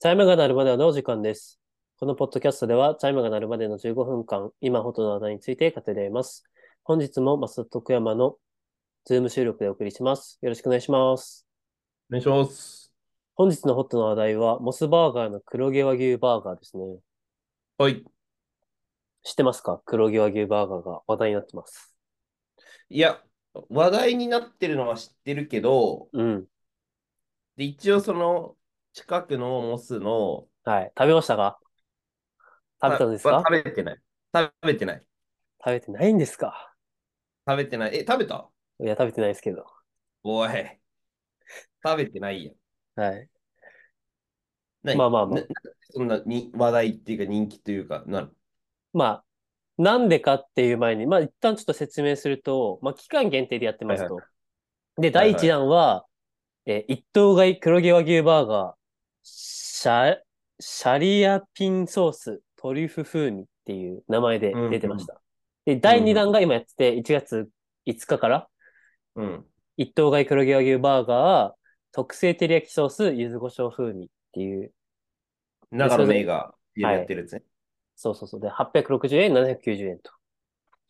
チャイムが鳴るまではのお時間です。このポッドキャストでは、チャイムが鳴るまでの15分間、今ホットな話題について語り合います。本日も増田徳山のズーム収録でお送りします。よろしくお願いします。お願いします。本日のホットな話題は、モスバーガーの黒毛和牛バーガーですね。はい。知ってますか黒毛和牛バーガーが話題になってます。いや、話題になってるのは知ってるけど、うん。で、一応その近くのモスの、はい。食べましたか食べたんですはか食べてない。食べてない。食べてないんですか食べてない。え、食べたいや、食べてないですけど。おい。食べてないやん。はい。何まあまあまあななんでそんなに話題っていうか人気というか、なのまあ、なんでかっていう前に、まあ、一旦ちょっと説明すると、まあ、期間限定でやってますと。で、はい第はい1弾は、えー一頭買い黒毛和牛バーガー、シャ、シャリアピンソーストリュフ風味っていう名前で出てました。で、第2弾が今やってて、1月5日から、うん。一頭買い黒毛和牛バーガー、特製照り焼きソース柚子胡椒風味っていう、長そ野れで映画やってるやつね。そうそうそう、で、860円、790円と。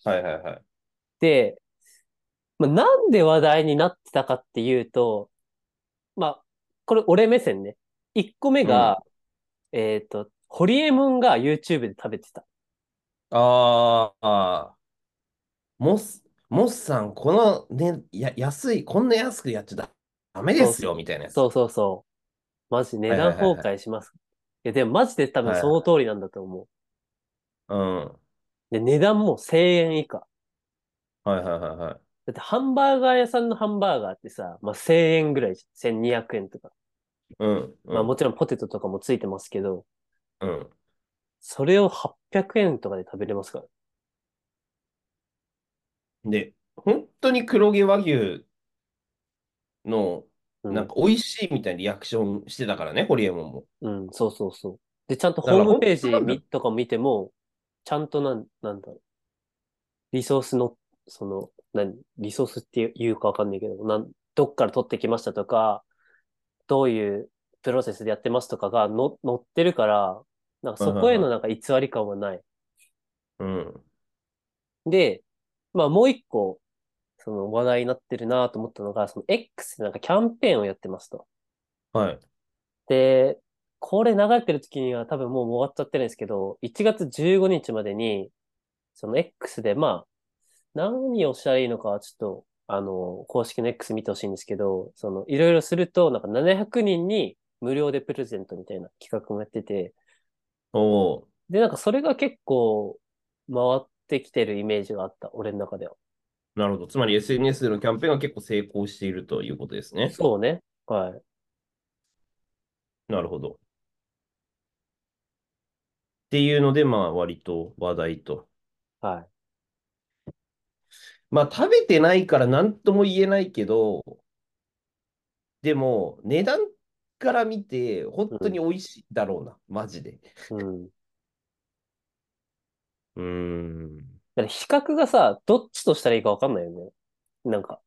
はいはいはい。で、まあ、なんで話題になってたかっていうと、まあ、これ俺目線ね。1個目が、えっと、ホリエモンが YouTube で食べてた。あーあー、モス、モスさん、このね、や、安い、こんな安くやっちゃダダメですよ、みたいなやつ。そうそうそう。マジ値段崩壊します。いや、でもマジで多分その通りなんだと思うん。はう。で、値段も1000円以下。いはいはいはい。だってハンバーガー屋さんのハンバーガーってさ、まあ、1000円ぐらいじゃん。1200円とか。うん、まあうん、もちろんポテトとかもついてますけど、うん。それを800円とかで食べれますから。で、本当に黒毛和牛の、うんなんか美味しいみたいなリアクションしてたからね、ホリエモンも。うん、そうそうそう。で、ちゃんとだからホームページ本当なんだみとか見ても、ちゃんとなん、なんだろう。リソースの、その、何、リソースっていうかわかんないけど、なん、どっから取ってきましたとか、どういうプロセスでやってますとかがの載ってるから、なんかそこへのなんか偽り感はない。うん。で、まあもう一個、その話題になってるなと思ったのが、その X でなんかキャンペーンをやってますと。はい。で、これ流れてる時には多分もう終わっちゃってるんですけど、1月15日までに、その X で、まあ、何をしたらいいのかはちょっと、あの、公式の X 見てほしいんですけど、その、いろいろすると、なんか700人に無料でプレゼントみたいな企画もやってて、おーで、なんかそれが結構回ってきてるイメージがあった、俺の中では。なるほど。つまり SNS でのキャンペーンが結構成功しているということですね。そうね。はい。なるほど。っていうので、まあ、割と話題と。はい。まあ、食べてないから何とも言えないけど、でも、値段から見て、本当に美味しいだろうな、マジで。うん。うーん。だから比較がさ、どっちとしたらいいかわかんないよね。なんか、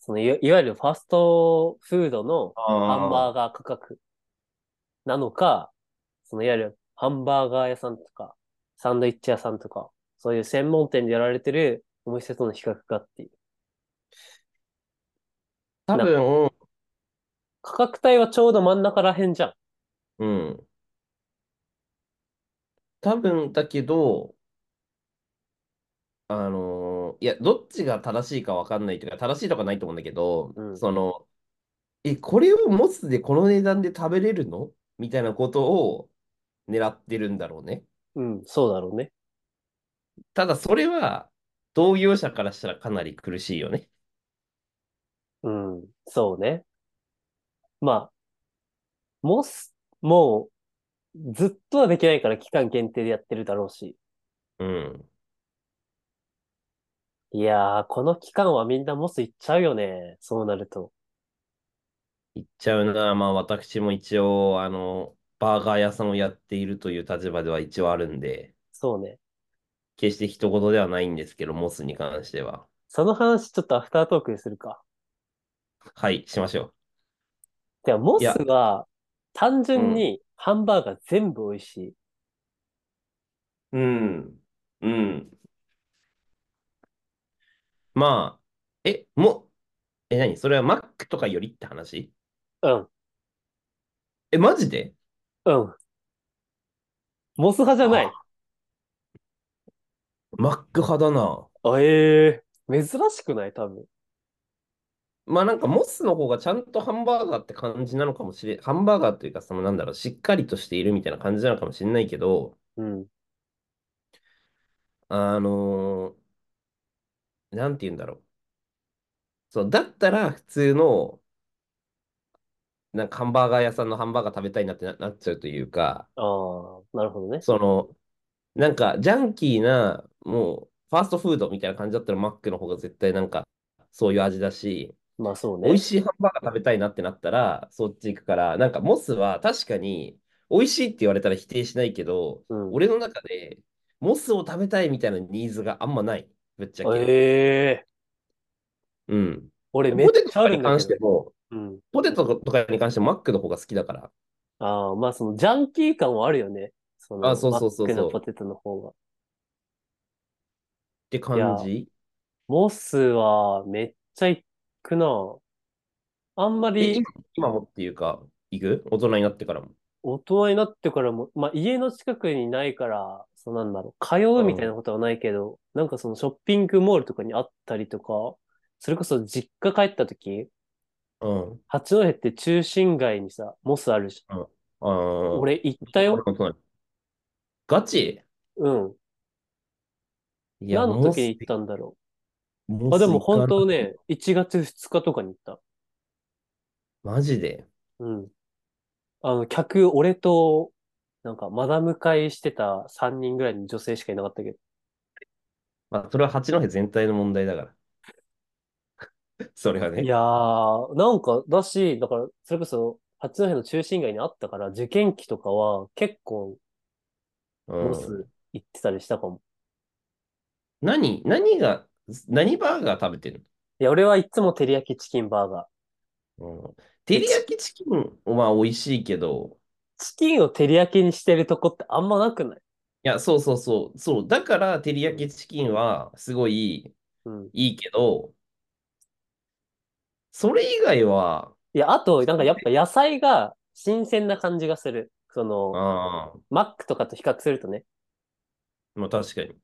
そのいわ、いわゆるファストフードのハンバーガー価格なのか、そのいわゆるハンバーガー屋さんとか、サンドイッチ屋さんとか、そういう専門店でやられてるお店との比較がっていう。多分、価格帯はちょうど真ん中らへんじゃん。うん。多分だけど、あのーいや、どっちが正しいか分かんないというか、正しいとかないと思うんだけど、うんその、え、これをモスでこの値段で食べれるのみたいなことを狙ってるんだろうね。うん、そうだろうね。ただ、それは、同業者からしたらかなり苦しいよね。うん、そうね。まあ、モス、もう、ずっとはできないから期間限定でやってるだろうし。うん。いやー、この期間はみんなモス行っちゃうよね。そうなると。言っちゃうな。まあ、私も一応、あの、バーガー屋さんをやっているという立場では一応あるんで、そうね。決して一言ではないんですけど、モスに関しては。その話ちょっとアフタートークにするか。はい、しましょでは、モスいやが単純にハンバーガー全部美味しい。うん。うん。まあ、え、もう、え、何それはマックとかよりって話うん、え、マジでうん。モス派じゃない。マック派だな。あええ珍しくない多分。まあなんかモスの方がちゃんとハンバーガーって感じなのかもしれ、ハンバーガーというかそのなんだろう、しっかりとしているみたいな感じなのかもしれないけど、うん。あのーなんて言うんだろう。そう、だったら普通の、なんかハンバーガー屋さんのハンバーガー食べたいなってな、なっちゃうというか、ああ、なるほどね。その、なんかジャンキーな、もう、ファーストフードみたいな感じだったらマックの方が絶対なんか、そういう味だし、まあそうね。美味しいハンバーガー食べたいなってなったら、そっち行くから、なんかモスは確かに、美味しいって言われたら否定しないけど、うん。俺の中で、モスを食べたいみたいなニーズがあんまない。ぶっちゃけ。ええうん。俺めっポテトちゃあとかるにんだ関けしてど。も、うん。ポテトとかに関してもマックの方が好きだから。ああ、まあそのジャンキー感はあるよね。そのあそうそうそうそうマックのポテトの方が。って感じモスはめっちゃ行くな。あんまえり今、今もっていうか、行く大人になってからも。大人になってからも、まあ家の近くにないから、そうなんだろう、通うみたいなことはないけど、なんかそのショッピングモールとかにあったりとか、それこそ実家帰った時、うん。八戸って中心街にさ、モスあるじあゃん。あ、俺行ったよ。俺もそうガチうん。いや、何のモス時に行ったんだろモう。あ、スでも行か本当ない。ね、1月2日とかに行った。マジで。うん。あの、客、俺と、なんか、マダム会してた3人ぐらいの女性しかいなかったけど。まあ、それは八戸全体の問題だから。 それはね。いやー、なんか、だし、だから、それこそ、八戸の中心街にあったから、受験期とかは結構、うんモス行ってたりしたかも。何、何が、何バーガー食べてるいや、俺はいつも照り焼きチキンバーガの、うん、照り焼きチキンは美味しいけー。ど、チキンを照り焼きにしてるとこってあんまなくないいや、そうそうそう、そう、だから照り焼きチキンはすごいうん。いいけど、それ以外は、いや、あと、なんかやっぱ野菜が新鮮な感じがする。その、ああ、マックとかと比較するとね、まあ確かに。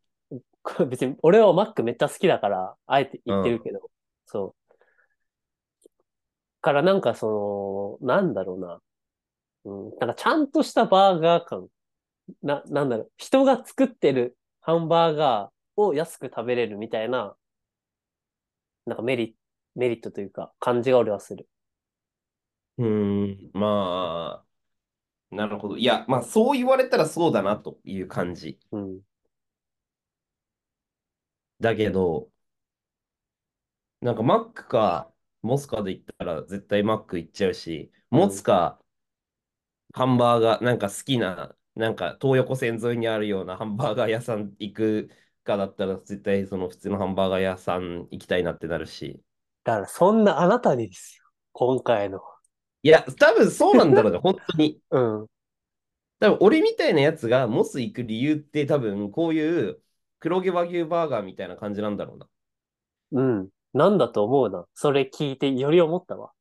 これ別に俺はマックめっちゃ好きだから、あえて言ってるけど、そう。からなんかその、なんだろうな。うん、なんかちゃんとしたバーガー感。な、なんだろう。人が作ってるハンバーガーを安く食べれるみたいな、なんかメリ、メリットというか、感じが俺はする。うーん、まあ、なるほど。いや、まあそう言われたらそうだなという感じ。うん。だけど、なんかマックかモスかで言ったら絶対マック行っちゃうし、モツかハンバーガー、なんか好きな、なんか東横線沿いにあるようなハ ンバーガー屋さん行くかだったら絶対その普通のハンバーガー屋さん行きたいなってなるし。だからそんなあなたにですよ。今回の。いや、多分そうな んだろうね、本当に。うん。多分俺みたいなやつがモス行く理由って多分こういう黒毛和牛バーガーみたいな感じなんだろうな。うん。なんだと思うな。それ聞いてより思ったわ。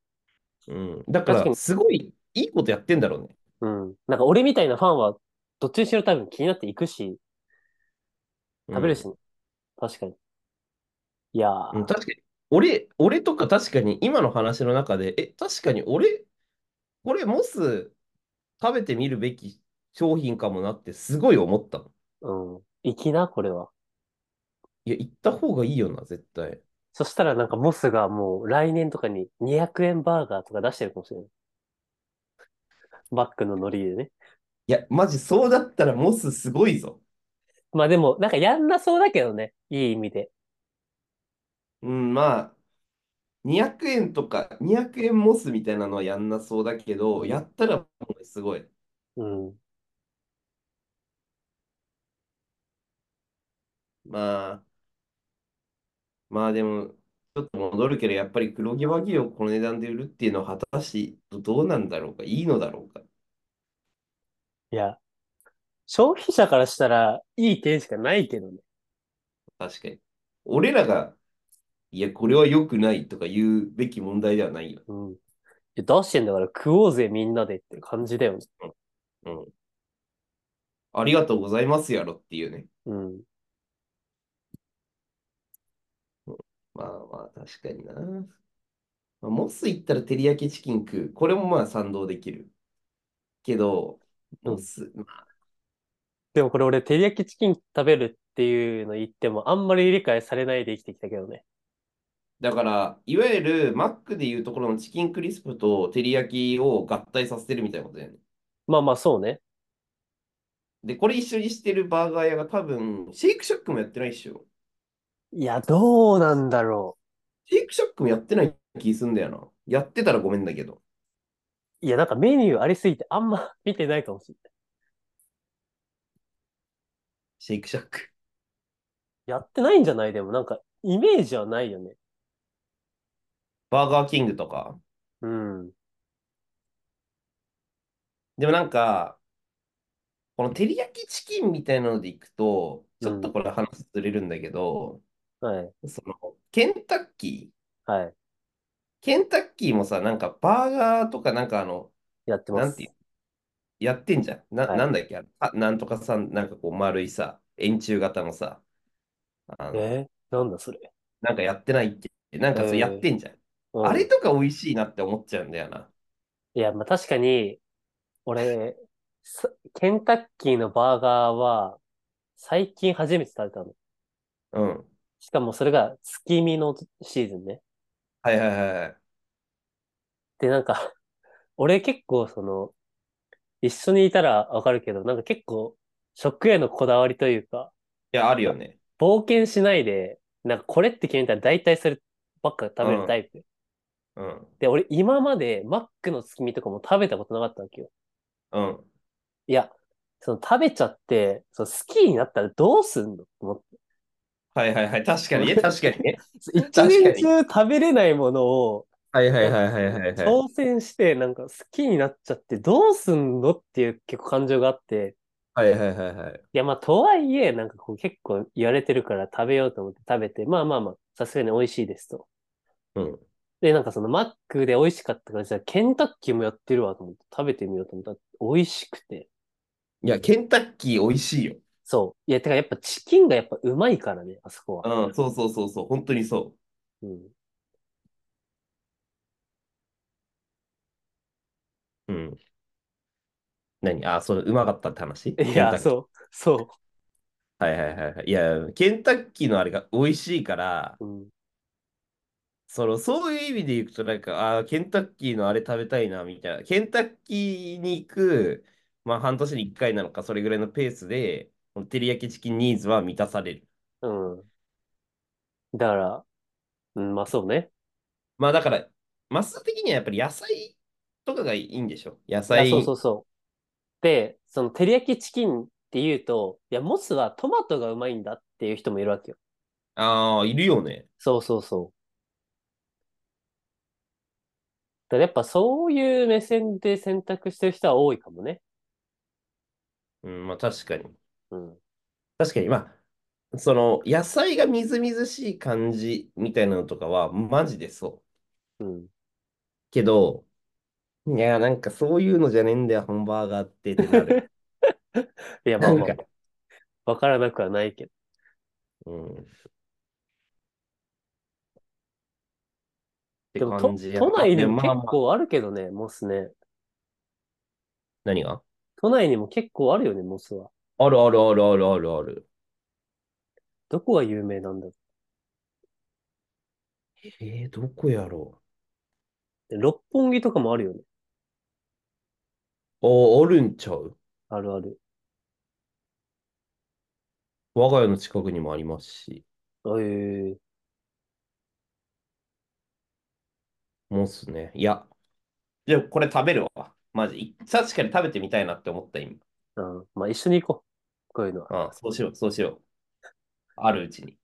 うん。だ確かかにらすごいいいことやってんだろうね。うん。なんか俺みたいなファンは、どっちにしろ多分気になっていくし、食べるしね。確かに。いやー、うん、確かに。俺、俺とか確かに今の話の中で、え、確かに俺、これモス食べてみるべき商品かもなってすごい思ったの。うん。粋な、これは。いや、行った方がいいよな、絶対。そしたらなんかモスがもう来年とかに200円バーガーとか出してるかもしれない。バックのノリでね。いや、マジそうだったらモスすごいぞ。まあでも、なんかやんなそうだけどね。いい意味で。うん、まあ、200円とか、200円モスみたいなのはやんなそうだけど、やったらもうすごい。うん。まあ、まあでも、ちょっと戻るけど、やっぱり黒毛和牛をこの値段で売るっていうのは果たしてどうなんだろうか、いいのだろうか。いや、消費者からしたらいい点しかないけどね。確かに。俺らが、いや、これは良くないとか言うべき問題ではないよ。うん。いや出してんだから食おうぜみんなでって感じだよね。うん。ありがとうございますやろっていうね。うん。まあまあ、確かにな。まあ、モス行ったら照り焼きチキン食う。これもまあ賛同できる。けど、モス、まあ、でもこれ俺、照り焼きチキン食べるっていうの言ってもあんまり理解されないで生きてきたけどね。だから、いわゆるマックでいうところのチキンクリスプと照り焼きを合体させてるみたいなことだよね。まあまあそうね。で、これ一緒にしてるバーガー屋が多分、シェイクシャックもやってないっしょ。いや、どうなんだろシェイクシャックもやってない気すんだよな。やってたらごめんだけど。う。いや、なんかメニューありすぎてあんま見てないかもしれない。シェイクシャック。やってないんじゃないでもなんかイメージはないよね。バーガーキングとか。うん。でもなんか、この照り焼きチキンみたいなのでいくと、ちょっとこれ話ずれるんだけど、はい。その、ケンタッキはい。ー、ケンタッキーもさ、なんかバーガーとかなんかあの、やってまなんす。ていう、やってんじゃん。な、はいなんだっけ、あれあなんとかさん、なんかこう丸いさ、円柱型のさ、あの、えーなんだそれ。なんかやってないっけ、なんかそうやってんじゃん。うんあれとか美味しいなって思っちゃうんだよな。いや、まあ確かに、俺、さケンタッキーのバーガーは、最近初めて食べたの。うん。しかもそれが月見のシーズンね。はいはいはいはい。で、なんか、 俺結構その、一緒にいたらわかるけど、なんか結構、食へのこだわりというか、いや、あるよね。冒険しないで、なんかこれって決めたら大体そればっか食べるタイプ。うん。で、俺今までマックの月見とかも食べたことなかったわけよ。うん。いや、その食べちゃって、その好きになったらどうすんのと思ってはいはいはい。確か にね、確かにね。一かに年中食べれないものをはいはいはいはいはいはい。挑戦して、なんか好きになっちゃってどうすんのっていう結構感情があって、はいはいはいはい。いやまあとはいえ、なんかこう結構言われてるから食べようと思って食べて、まあまあまあ、さすがに美味しいですと。うん。で、なんかそのマックで美味しかったから、じゃあケンタッキーもやってるわと思って食べてみようと思ったら美味しくて。いや、ケンタッキー美味しいよ。そう。いや、てかやっぱチキンがやっぱうまいからね、あそこは。うん、そうそうそうそう、本当にそうん。う。うん。何あ、それ、うまかったって話いや、う。そう。そはいはいはいはい。いや、ケンタッキーのあれが美味しいから、う。うん。その、そういう意味でいくと、なんか、あー、ケンタッキーのあれ食べたいな、みたいな。ケンタッキーに行く、まあ、半年に1回なのか、それぐらいのペースで、この照り焼きチキンニーズは満たされる。うん。だから、うん、まあそうね。まあ、だから、マス的にはやっぱり野菜とかがいいんでしょ。野いや菜。そうそうそう。で、その、照り焼きチキンって言うと、いや、モスはトマトがうまいんだっていう人もいるわけよ。ああ、いるよね。そうそうそう。だからやっぱそういう目線で選択してる人は多いかもね。うん、まあ、確かに。うん。確かに、まあ、その、野菜がみずみずしい感じみたいなのとかは、マジでそう。うん。けど、いや、なんかそういうのじゃねえんだよ、ハンバーガーってってな る。いや、まなあんまあか、、わからなくはないけど。うん。ってでも、と感じや都内にでもま結あまあ構あるけどね、モスね。何が都内にも結構あるよね、モスは。あるあるあるあるあるある。どこが有名なんだろえー、どこやろう。六本木とかもあるよね。う。ああ、あるんちゃうあるある。我が家の近くにもありますし、ええもうっすね。いや、でもこれ食べるわ。マジ。い確かに食べてみたいなって思った今。うん。まあ、一緒に行こう。こういうのは。ああ、そうしよう、そうしよう。あるうちに。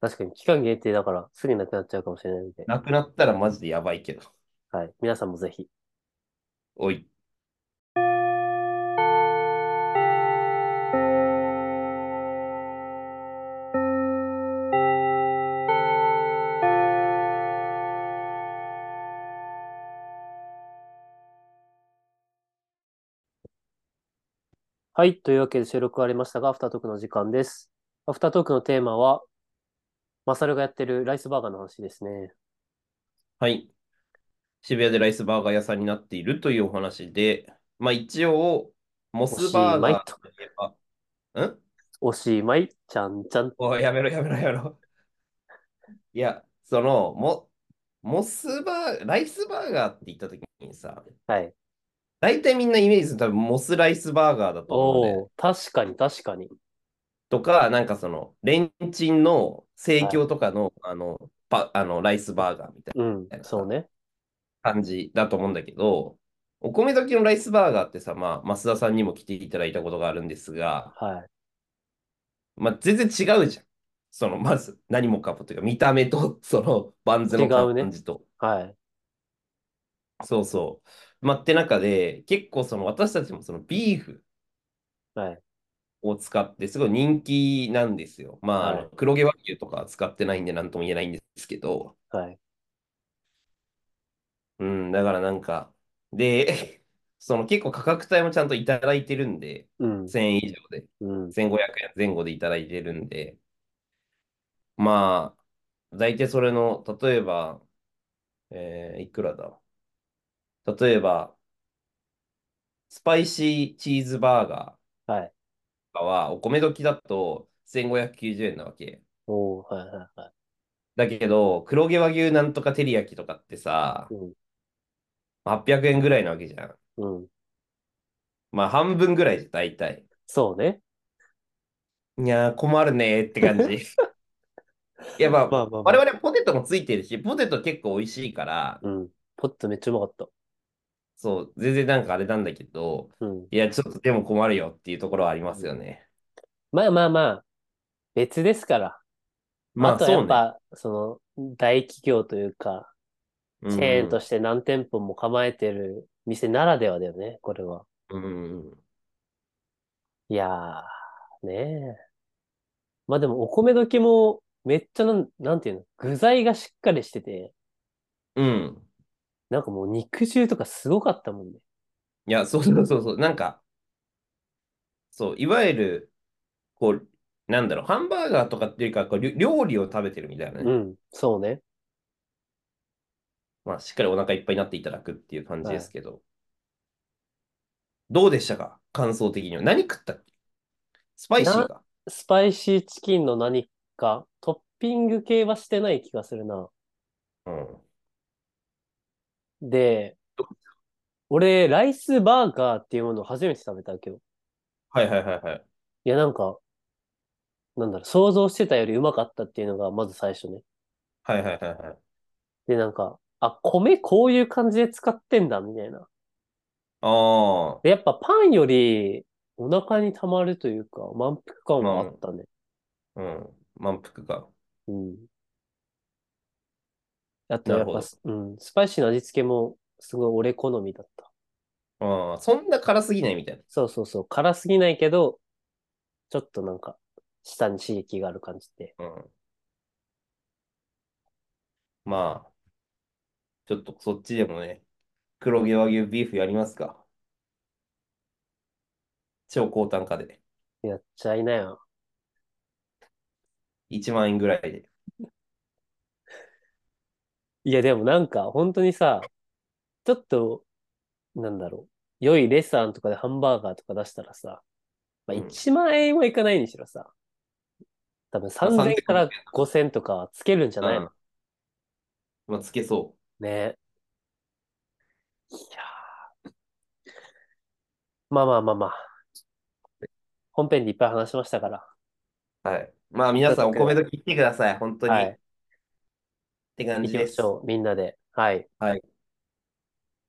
確かに期間限定だから、すぐなくなっちゃうかもしれないので。なくなったらマジでやばいけど。はい。皆さんもぜひ。おい。はい。というわけで収録終わりましたが、アフタートークの時間です。アフタートークのテーマは、マサルがやってるライスバーガーの話ですね。はい。渋谷でライスバーガー屋さんになっているというお話で、まあ一応、モスバーガーといえば、んおしまい、ちゃんちゃん。おいやめろやめろやめろ。いや、その、モ、モスバー、ライスバーガーって言った時にさ、はい。大体みんなイメージするの多分モスライスバーガーだと思うね。おお、確かに確かに。とか、なんかその、レンチンの生協とかの、あの、パ、あの、ライスバーガーみたいうん、そうね。な感じだと思うんだけど、お米時のライスバーガーってさ、まあ、増田さんにも来ていただいたことがあるんですが、はい。まあ、全然違うじゃん。その、まず、何もかもというか、見た目と、 その、バンズの違うね感じと。はい。そうそう。まあ、って中で、結構その、私たちもその、ビーフはい。を使って、すごい人気なんですよ。まあ、あのはい黒毛和牛とかは使ってないんで、なんとも言えないんですけど、はい。うん、だからなんか、で、 その結構価格帯もちゃんといただいてるんで、うん。 1000円以上で、うん。 1500円前後でいただいてるんで、まあ、大体それの、例えば、えーいくらだ例えば、スパイシーチーズバーガはい。ーとかは、お米時だと1590円なわけ。おお、はいはいはだけど、黒毛和牛なんとか照り焼きとかってさい。、うん。 800円ぐらいなわけじゃん。うん。まあ、半分ぐらいじゃん、大体。そうね。いやー、困るねーって感じ。いや、まあ、まあまあまあ我々はポテトもついてるし、ポテト結構美味しいから、うん。ポットめっちゃうまかった。そう、全然なんかあれなんだけど、うん。いや、ちょっとでも困るよっていうところはありますよね。まあまあまあ、別ですから。まあ、あとはやそうっぱ、その、大企業というか、ね。チェーンとしして何店舗も構えてる店ならではだよね、これは。て。うんうんうん。いやー、ねえ。まあでも、お米時も、めっちゃなん、なんていうの、具材がしっかりしてて、うん。なんかもう肉汁とかすごかったもんね。いや、そうそうそうそう。なんか、そう、いわゆる、こう、なんだろう、ハンバーガーとかっていうか、こうりょ料理を食べてるみたいなうね。ん、そうね。まあ、しっかりお腹いっぱいになっていただくっていう感じですけど。どうでしたか感想的には。何食ったっけスパイシーか。スパイシーチキンの何か、トッピング系はしてない気がするな。うん。で、俺、ライスバーガーっていうものを初めて食べたわけど、はいはいはいはい。いや、なんか、なんだろう、想像してたよりうまかったっていうのが、まず最初ね。はいはいはいはい。で、なんか、あ、米こういう感じで使ってんだ、みたいな。あで、やっぱパンよりお腹にたまるというか、満腹感はあったね。あ、うん。満腹か。うん。あと、なやっるほどぱす、うん、スパイシーな味付けも、すごい俺好みだった。ああ、そんな辛すぎないみたいな。そうそうそう、辛すぎないけど、ちょっとなんか、舌に刺激がある感じで。うん。まあ、ちょっとそっちでもね、黒毛和牛ビーフやりますか。超高単価で。やっちゃいなよ。 1万円ぐらいで。いや、でもなんか、本当にさ、ちょっと、なんだろう。良いレストランとかでハンバーガーとか出したらさ、まあ、うん1万円はいかないにしろさ、多分3000 3000から5000とかはつけるんじゃないのうんまあ、つけそね。いやーまあまあまあまあ。本編でいっぱい話しましたから。う。はい。まあ、皆さん、おとにか米く時来てください。本当に。はいって感行じきまでしす。ょう。みんなで。はい。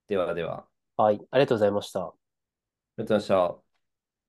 ではでは。あはい。ありがとうございました。りがとうございました。